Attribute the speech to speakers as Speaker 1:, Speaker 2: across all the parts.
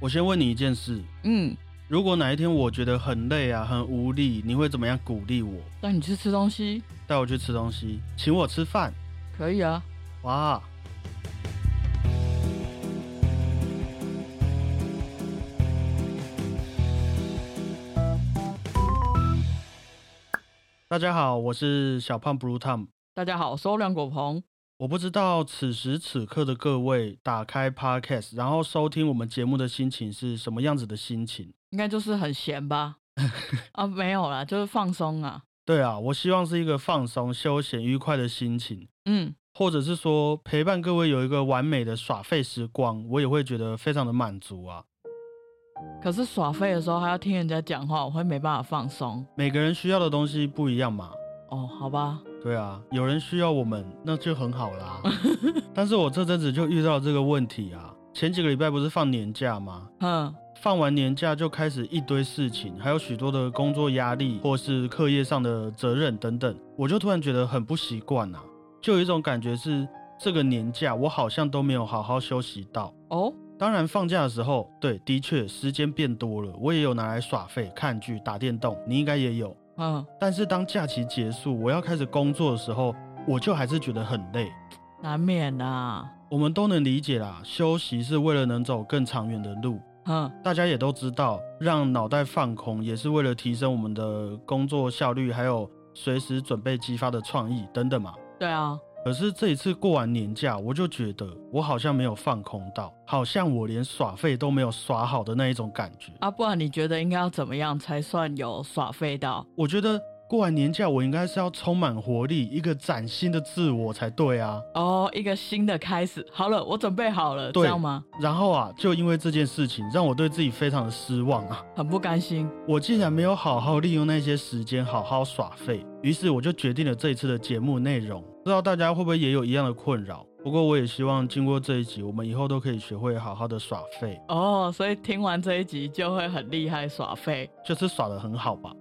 Speaker 1: 我先问你一件事：
Speaker 2: 嗯，
Speaker 1: 如果哪一天我觉得很累啊、很无力，你会怎么样鼓励我？
Speaker 2: 带你去吃东西
Speaker 1: 带我去吃东西，请我吃饭？
Speaker 2: 可以啊。
Speaker 1: 哇！大家好，我是小胖 Blue Tom。
Speaker 2: 大家好，我是欧亮果鹏，
Speaker 1: 我不知道此时此刻的各位打开 Podcast，然后收听我们节目的心情是什么样子的心情？
Speaker 2: 应该就是很闲吧？啊，没有啦，就是放松啊。
Speaker 1: 对啊，我希望是一个放松、休闲、愉快的心情，
Speaker 2: 嗯，
Speaker 1: 或者是说陪伴各位有一个完美的耍废时光，我也会觉得非常的满足啊。
Speaker 2: 可是耍废的时候还要听人家讲话，我会没办法放松。
Speaker 1: 每个人需要的东西不一样嘛。
Speaker 2: 哦，好吧，
Speaker 1: 对啊，有人需要我们，那就很好啦。但是我这阵子就遇到这个问题啊。前几个礼拜不是放年假吗？
Speaker 2: 嗯，
Speaker 1: 放完年假就开始一堆事情，还有许多的工作压力或是课业上的责任等等，我就突然觉得很不习惯啊，就有一种感觉是这个年假我好像都没有好好休息到。
Speaker 2: 哦，
Speaker 1: 当然，放假的时候，对，的确时间变多了，我也有拿来耍废、看剧、打电动，你应该也有。
Speaker 2: 嗯，
Speaker 1: 但是当假期结束，我要开始工作的时候，我就还是觉得很累。
Speaker 2: 难免啊啦。
Speaker 1: 我们都能理解啦，休息是为了能走更长远的路。
Speaker 2: 嗯，
Speaker 1: 大家也都知道，让脑袋放空也是为了提升我们的工作效率，还有随时准备激发的创意等等嘛。
Speaker 2: 对啊，
Speaker 1: 可是这一次过完年假，我就觉得我好像没有放空到，好像我连耍废都没有耍好的那一种感觉。
Speaker 2: 啊，不然你觉得应该要怎么样才算有耍废到？
Speaker 1: 我觉得过完年假，我应该是要充满活力，一个崭新的自我才对啊。
Speaker 2: 哦，一个新的开始。好了，我准备好了，
Speaker 1: 对
Speaker 2: 这样吗？
Speaker 1: 然后啊，就因为这件事情，让我对自己非常的失望啊。
Speaker 2: 很不甘心。
Speaker 1: 我竟然没有好好利用那些时间好好耍废，于是我就决定了这一次的节目内容。不知道大家会不会也有一样的困扰？不过我也希望经过这一集，我们以后都可以学会好好的耍废，
Speaker 2: 哦，所以听完这一集就会很厉害耍废。
Speaker 1: 就是耍得很好吧。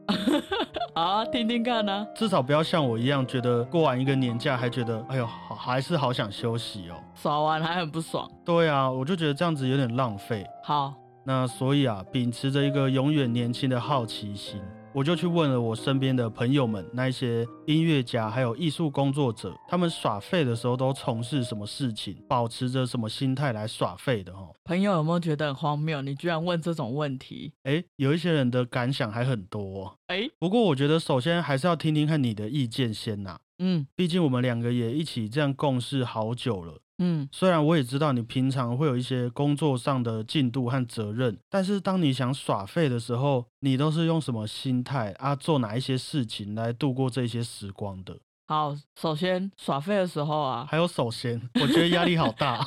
Speaker 2: 好啊，听听看呢、
Speaker 1: 至少不要像我一样，觉得过完一个年假还觉得，哎呦，好还是好想休息哦。
Speaker 2: 耍完还很不爽。
Speaker 1: 对啊，我就觉得这样子有点浪费。
Speaker 2: 好，
Speaker 1: 那所以啊，秉持着一个永远年轻的好奇心，我就去问了我身边的朋友们，那一些音乐家还有艺术工作者，他们耍废的时候都从事什么事情，保持着什么心态来耍废的哦。
Speaker 2: 朋友有没有觉得很荒谬？你居然问这种问题？
Speaker 1: 诶，有一些人的感想还很多、哦，
Speaker 2: 哎、
Speaker 1: 不过我觉得首先还是要听听看你的意见先呐、
Speaker 2: 嗯
Speaker 1: 毕竟我们两个也一起这样共事好久了。
Speaker 2: 嗯，
Speaker 1: 虽然我也知道你平常会有一些工作上的进度和责任，但是当你想耍废的时候，你都是用什么心态啊？做哪一些事情来度过这些时光的？
Speaker 2: 好，首先耍废的时候啊，
Speaker 1: 还有首先，我觉得压力好大。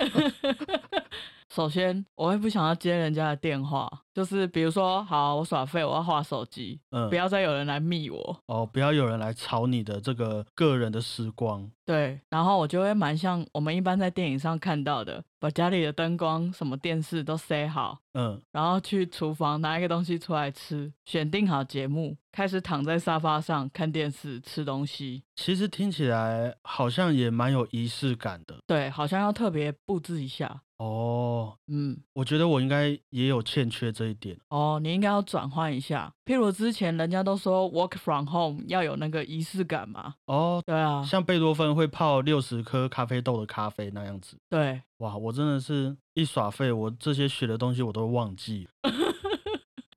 Speaker 2: 首先我会不想要接人家的电话，就是比如说，好，我耍废，我要划手机，
Speaker 1: 嗯
Speaker 2: 不，要再有人来密我。
Speaker 1: 哦，不要有人来吵你的这个个人的时光。
Speaker 2: 对，然后我就会蛮像我们一般在电影上看到的，把家里的灯光、什么电视都塞好，
Speaker 1: 嗯，
Speaker 2: 然后去厨房拿一个东西出来吃，选定好节目，开始躺在沙发上看电视、吃东西。
Speaker 1: 其实听起来好像也蛮有仪式感的
Speaker 2: 对，好像要特别布置一下。
Speaker 1: 哦。
Speaker 2: 嗯，
Speaker 1: 我觉得我应该也有欠缺这一点。
Speaker 2: 哦，你应该要转换一下。譬如之前人家都说 work from home 要有那个仪式感嘛。
Speaker 1: 哦，
Speaker 2: 对啊，
Speaker 1: 像贝多芬会泡六十颗咖啡豆的咖啡那样子。
Speaker 2: 对，
Speaker 1: 哇，我真的是一耍废，我这些学的东西我都忘记了。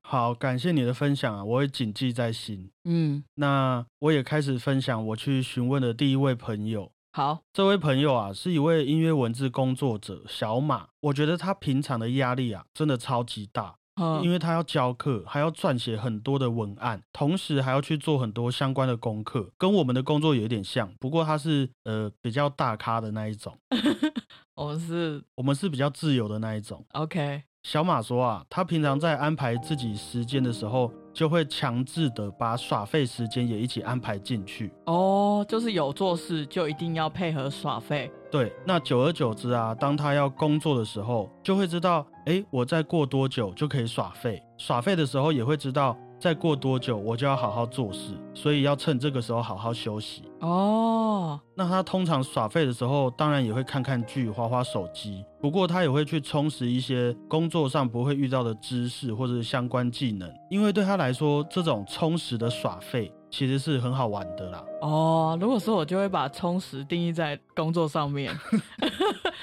Speaker 1: 好，感谢你的分享啊，我会谨记在心。
Speaker 2: 嗯，
Speaker 1: 那我也开始分享我去询问的第一位朋友。
Speaker 2: 好，
Speaker 1: 这位朋友啊，是一位音乐文字工作者小马。我觉得他平常的压力啊，真的超级大，因
Speaker 2: 嗯，
Speaker 1: 为他要教课，还要撰写很多的文案，同时还要去做很多相关的功课，跟我们的工作有点像。不过他是呃比较大咖的那一种，
Speaker 2: 我们是
Speaker 1: 我们是比较自由的那一种。
Speaker 2: OK，
Speaker 1: 小马说啊，他平常在安排自己时间的时候，就会强制的把耍废时间也一起安排进去。
Speaker 2: 哦，就是有做事就一定要配合耍废。
Speaker 1: 对，那久而久之啊，当他要工作的时候，就会知道，哎，我再过多久就可以耍废。耍废的时候也会知道，再过多久我就要好好做事，所以要趁这个时候好好休息。
Speaker 2: 哦，
Speaker 1: 那他通常耍废的时候，当然也会看看剧、划划手机，不过他也会去充实一些工作上不会遇到的知识或者是相关技能，因为对他来说，这种充实的耍废其实是很好玩的啦。
Speaker 2: 哦，如果说我就会把充实定义在工作上 面，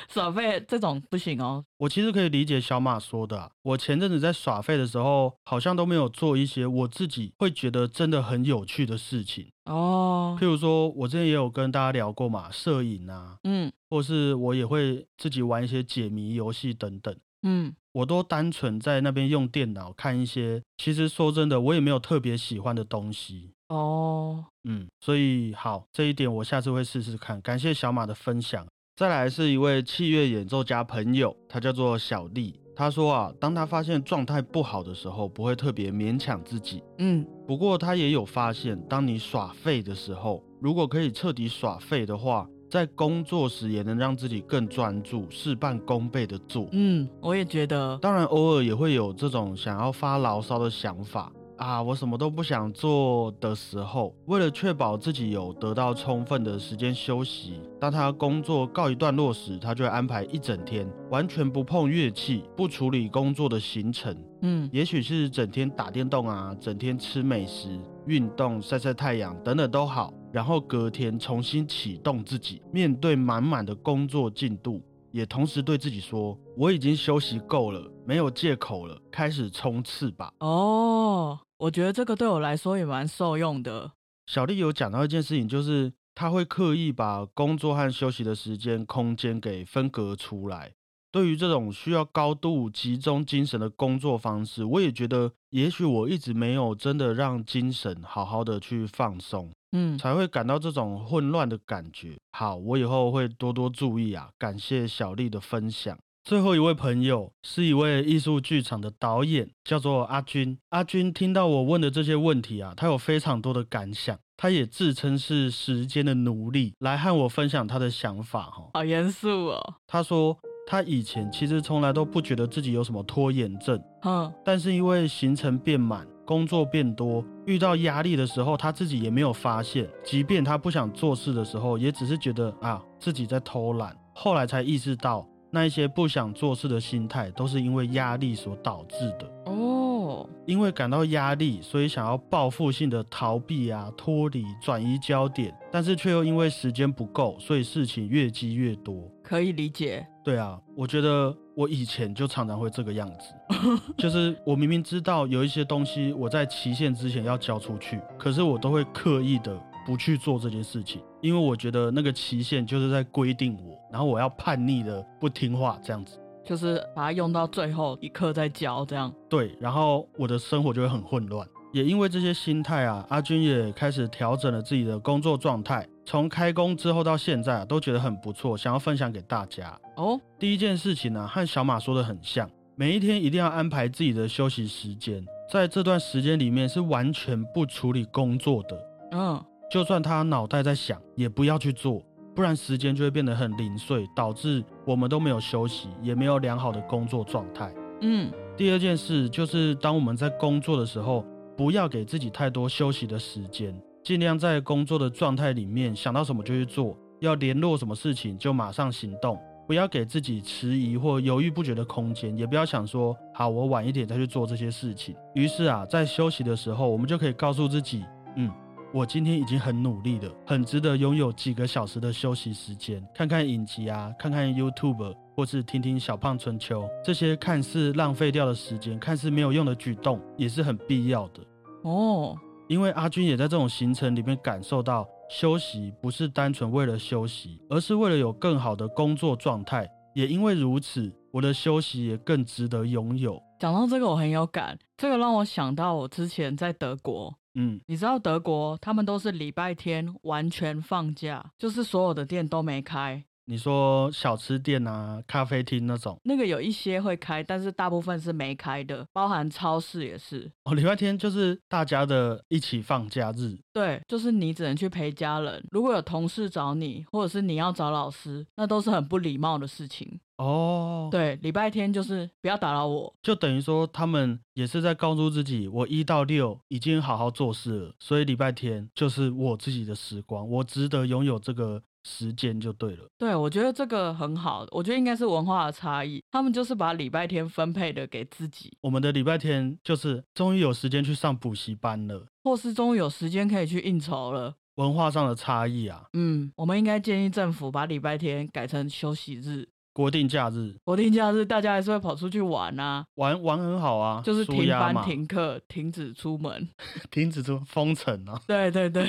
Speaker 2: 耍废这种不行哦。
Speaker 1: 我其实可以理解小马说的、啊，我前阵子在耍废的时候，好像都没有做一些我自己会觉得真的很有趣的事情，
Speaker 2: 哦
Speaker 1: 譬，如说，我之前也有跟大家聊过嘛，摄影啊，
Speaker 2: 嗯
Speaker 1: 或是我也会自己玩一些解谜游戏等等。
Speaker 2: 嗯，
Speaker 1: 我都单纯在那边用电脑看一些，其实说真的，我也没有特别喜欢的东西。
Speaker 2: 哦，
Speaker 1: 嗯，所以好这一点我下次会试试看。感谢小马的分享。再来是一位器乐演奏家朋友，他叫做小丽。他说啊，当他发现状态不好的时候，不会特别勉强自己。
Speaker 2: 嗯，
Speaker 1: 不过他也有发现，当你耍废的时候，如果可以彻底耍废的话，在工作时也能让自己更专注，事半功倍的做。
Speaker 2: 嗯，我也觉得，
Speaker 1: 当然，偶尔也会有这种想要发牢骚的想法啊，我什么都不想做的时候，为了确保自己有得到充分的时间休息，当他工作告一段落时，他就会安排一整天完全不碰乐器、不处理工作的行程，
Speaker 2: 嗯
Speaker 1: 也许是整天打电动啊，整天吃美食、运动、晒晒太阳等等都好，然后隔天重新启动自己，面对满满的工作进度，也同时对自己说：我已经休息够了，没有借口了，开始冲刺吧。
Speaker 2: 哦，我觉得这个对我来说也蛮受用的。
Speaker 1: 小丽有讲到一件事情，就是她会刻意把工作和休息的时间、空间给分隔出来。对于这种需要高度集中精神的工作方式，我也觉得，也许我一直没有真的让精神好好的去放松，
Speaker 2: 嗯，
Speaker 1: 才会感到这种混乱的感觉。好，我以后会多多注意啊！感谢小丽的分享。最后一位朋友是一位艺术剧场的导演，叫做阿军。阿军听到我问的这些问题啊，他有非常多的感想，他也自称是时间的奴隶，来和我分享他的想法哈、
Speaker 2: 好严肃哦。
Speaker 1: 他说，他以前其实从来都不觉得自己有什么拖延症，
Speaker 2: 哼，
Speaker 1: 但是因为行程变满，工作变多，遇到压力的时候，他自己也没有发现。即便他不想做事的时候，也只是觉得啊自己在偷懒。后来才意识到，那一些不想做事的心态，都是因为压力所导致的。
Speaker 2: 哦，
Speaker 1: 因为感到压力，所以想要报复性的逃避啊、脱离、转移焦点，但是却又因为时间不够，所以事情越积越多。
Speaker 2: 可以理解。
Speaker 1: 对啊，我觉得我以前就常常会这个样子，就是我明明知道有一些东西我在期限之前要交出去，可是我都会刻意的不去做这件事情，因为我觉得那个期限就是在规定我，然后我要叛逆的不听话这样子。
Speaker 2: 就是把它用到最后一刻再教，这样。
Speaker 1: 对，然后我的生活就会很混乱。也因为这些心态啊，阿军也开始调整了自己的工作状态。从开工之后到现在啊，都觉得很不错，想要分享给大家。
Speaker 2: 哦，
Speaker 1: 第一件事情呢、啊和小马说的很像，每一天一定要安排自己的休息时间，在这段时间里面是完全不处理工作的，
Speaker 2: 嗯，
Speaker 1: 就算他脑袋在想，也不要去做，不然时间就会变得很零碎，导致我们都没有休息，也没有良好的工作状态。
Speaker 2: 嗯，
Speaker 1: 第二件事就是，当我们在工作的时候，不要给自己太多休息的时间，尽量在工作的状态里面想到什么就去做，要联络什么事情就马上行动，不要给自己迟疑或犹豫不决的空间，也不要想说好我晚一点再去做这些事情。于是啊，在休息的时候，我们就可以告诉自己，嗯。我今天已经很努力了，很值得拥有几个小时的休息时间，看看影集啊，看看 YouTube，或是听听小胖春秋，这些看似浪费掉的时间，看似没有用的举动，也是很必要的。
Speaker 2: 哦，
Speaker 1: 因为阿军也在这种行程里面感受到，休息不是单纯为了休息，而是为了有更好的工作状态。也因为如此，我的休息也更值得拥有。
Speaker 2: 讲到这个我很有感，这个让我想到我之前在德国，
Speaker 1: 嗯，
Speaker 2: 你知道德国他们都是礼拜天完全放假，就是所有的店都没开，
Speaker 1: 你说小吃店啊、咖啡厅那种
Speaker 2: 那个有一些会开，但是大部分是没开的，包含超市也是。
Speaker 1: 哦，礼拜天就是大家的一起放假日，
Speaker 2: 对，就是你只能去陪家人。如果有同事找你，或者是你要找老师，那都是很不礼貌的事情。
Speaker 1: 哦，
Speaker 2: 对，礼拜天就是不要打扰我。
Speaker 1: 就等于说他们也是在告诉自己，我一到六已经好好做事了，所以礼拜天就是我自己的时光，我值得拥有这个时间就对了。
Speaker 2: 对，我觉得这个很好，我觉得应该是文化的差异，他们就是把礼拜天分配的给自己，
Speaker 1: 我们的礼拜天就是终于有时间去上补习班了，
Speaker 2: 或是终于有时间可以去应酬了。
Speaker 1: 文化上的差异啊，
Speaker 2: 嗯，我们应该建议政府把礼拜天改成休息日，
Speaker 1: 国定假日
Speaker 2: 国定假日大家还是会跑出去玩啊，
Speaker 1: 玩玩很好啊，
Speaker 2: 就是
Speaker 1: 舒
Speaker 2: 停
Speaker 1: 压
Speaker 2: 班
Speaker 1: 嘛、
Speaker 2: 停课、停止出门。
Speaker 1: 停止这封城啊。
Speaker 2: 对对对，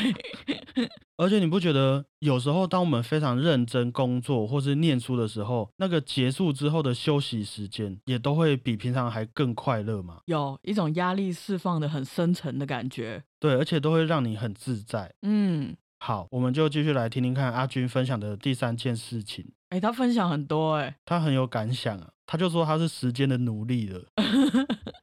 Speaker 1: 而且你不觉得有时候当我们非常认真工作或是念书的时候，那个结束之后的休息时间也都会比平常还更快乐吗？
Speaker 2: 有一种压力释放的很深沉的感觉。
Speaker 1: 对，而且都会让你很自在。
Speaker 2: 嗯，
Speaker 1: 好，我们就继续来听听看阿军分享的第三件事情，
Speaker 2: 哎、他分享很多哎、
Speaker 1: 他很有感想啊，他就说他是时间的奴隶了。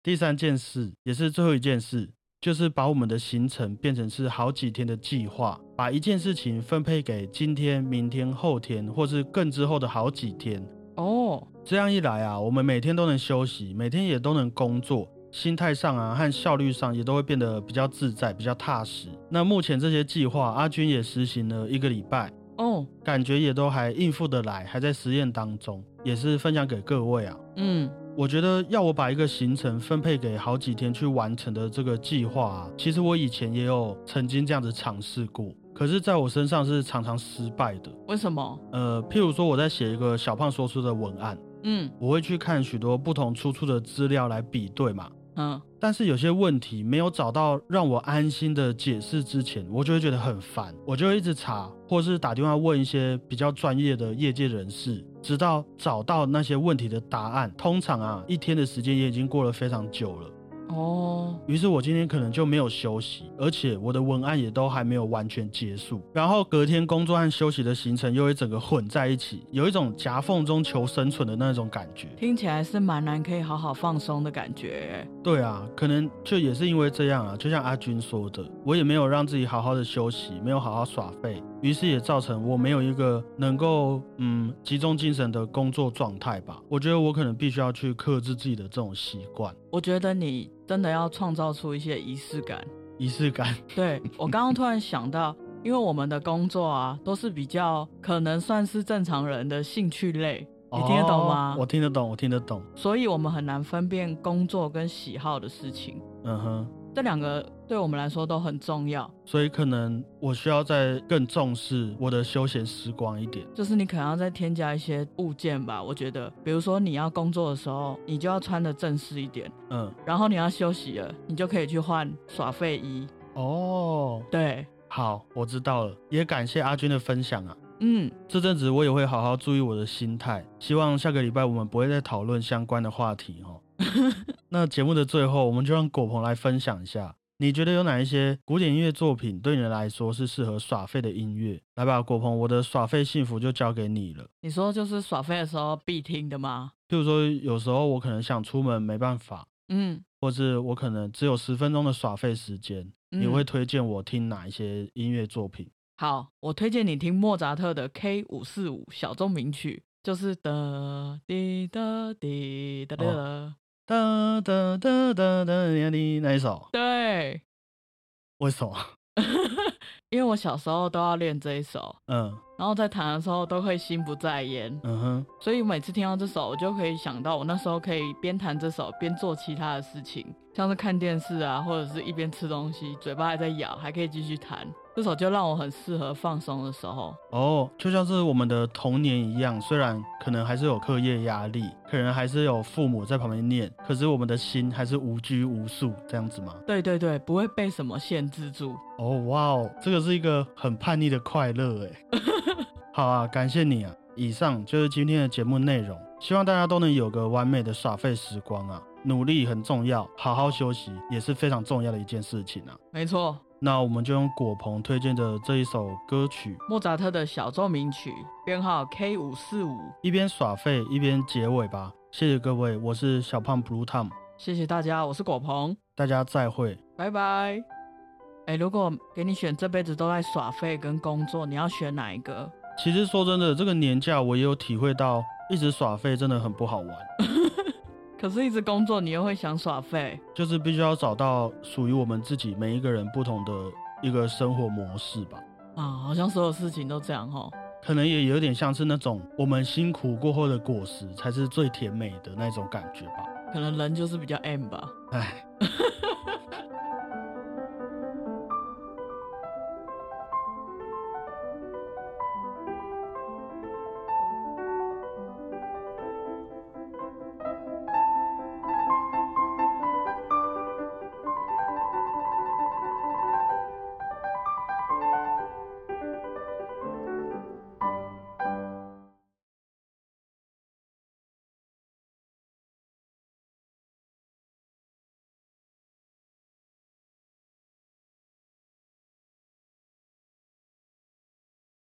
Speaker 1: 第三件事也是最后一件事，就是把我们的行程变成是好几天的计划，把一件事情分配给今天、明天、后天，或是更之后的好几天。
Speaker 2: 哦，
Speaker 1: 这样一来啊，我们每天都能休息，每天也都能工作，心态上啊和效率上也都会变得比较自在、比较踏实。那目前这些计划，阿军也实行了一个礼拜，
Speaker 2: 哦，
Speaker 1: 感觉也都还应付得来，还在实验当中，也是分享给各位啊。
Speaker 2: 嗯，
Speaker 1: 我觉得要我把一个行程分配给好几天去完成的这个计划啊，其实我以前也有曾经这样子尝试过，可是在我身上是常常失败的。
Speaker 2: 为什么？
Speaker 1: 呃，譬如说我在写一个小胖说书的文案。
Speaker 2: 嗯
Speaker 1: 我会去看许多不同出处的资料来比对嘛。
Speaker 2: 嗯，
Speaker 1: 但是有些问题没有找到让我安心的解释之前，我就会觉得很烦，我就会一直查，或是打电话问一些比较专业的业界人士，直到找到那些问题的答案。通常啊，一天的时间也已经过了非常久了。
Speaker 2: 哦，
Speaker 1: 于是我今天可能就没有休息，而且我的文案也都还没有完全结束，然后隔天工作和休息的行程又会整个混在一起，有一种夹缝中求生存的那种感觉。
Speaker 2: 听起来是蛮难可以好好放松的感觉欸、
Speaker 1: 对啊，可能就也是因为这样啊，就像阿军说的，我也没有让自己好好的休息，没有好好耍废，于是也造成我没有一个能够嗯集中精神的工作状态吧。我觉得我可能必须要去克制自己的这种习惯、
Speaker 2: 我觉得你真的要创造出一些仪式感。
Speaker 1: 仪式感。
Speaker 2: 对我刚刚突然想到，因为我们的工作啊，都是比较可能算是正常人的兴趣类，你听得懂吗
Speaker 1: 哦我听得懂，我听得懂。
Speaker 2: 所以我们很难分辨工作跟喜好的事情，
Speaker 1: 嗯哼，
Speaker 2: 这两个对我们来说都很重要。
Speaker 1: 所以可能我需要再更重视我的休闲时光一点。
Speaker 2: 就是你可能要再添加一些物件吧，我觉得，比如说你要工作的时候，你就要穿的正式一点，
Speaker 1: 嗯，
Speaker 2: 然后你要休息了，你就可以去换耍废衣。
Speaker 1: 哦，
Speaker 2: 对，
Speaker 1: 好，我知道了，也感谢阿军的分享啊。
Speaker 2: 嗯，
Speaker 1: 这阵子我也会好好注意我的心态，希望下个礼拜我们不会再讨论相关的话题哦。那节目的最后，我们就让果鹏来分享一下，你觉得有哪一些古典音乐作品对你来说是适合耍废的音乐？来吧，果鹏，我的耍废幸福就交给你了。
Speaker 2: 你说就是耍废的时候必听的吗？
Speaker 1: 譬如说，有时候我可能想出门没办法，
Speaker 2: 嗯，
Speaker 1: 或是我可能只有十分钟的耍废时间，
Speaker 2: 嗯
Speaker 1: 你会推荐我听哪一些音乐作品？
Speaker 2: 好，我推荐你听莫扎特的 K 五四五小奏鸣曲，就是的滴的滴的的，
Speaker 1: 哒哒哒哒哒呀哩，那一首？
Speaker 2: 对，
Speaker 1: 为什么？
Speaker 2: 因为我小时候都要练这一首，
Speaker 1: 嗯
Speaker 2: 然后在弹的时候都会心不在焉，
Speaker 1: 嗯哼。
Speaker 2: 所以每次听到这首，我就可以想到我那时候可以边弹这首边做其他的事情，像是看电视啊，或者是一边吃东西，嘴巴还在咬，还可以继续弹。这首就让我很适合放松的时候。
Speaker 1: 哦，就像是我们的童年一样，虽然可能还是有课业压力，可能还是有父母在旁边念，可是我们的心还是无拘无束这样子吗？
Speaker 2: 对对对，不会被什么限制住。
Speaker 1: 哦，哇哦，这个是一个很叛逆的快乐哎。 好啊，感谢你啊！以上就是今天的节目内容，希望大家都能有个完美的耍废时光啊！努力很重要，好好休息也是非常重要的一件事情啊。
Speaker 2: 没错，
Speaker 1: 那我们就用果鹏推荐的这一首歌曲，
Speaker 2: 莫扎特的小奏鸣曲，编号 K 五四五。
Speaker 1: 一边耍废一边结尾吧。谢谢各位，我是小胖 Blue Tom，
Speaker 2: 谢谢大家，我是果鹏，
Speaker 1: 大家再会。
Speaker 2: 拜拜。哎、如果给你选这辈子都在耍废跟工作，你要选哪一个？
Speaker 1: 其实说真的，这个年假我也有体会到，一直耍废真的很不好玩，
Speaker 2: 可是，一直工作你又会想耍废，
Speaker 1: 就是必须要找到属于我们自己每一个人不同的一个生活模式吧。
Speaker 2: 啊，好像所有事情都这样哦。
Speaker 1: 可能也有点像是那种我们辛苦过后的果实才是最甜美的那种感觉吧。
Speaker 2: 可能人就是比较 M 吧。
Speaker 1: 唉，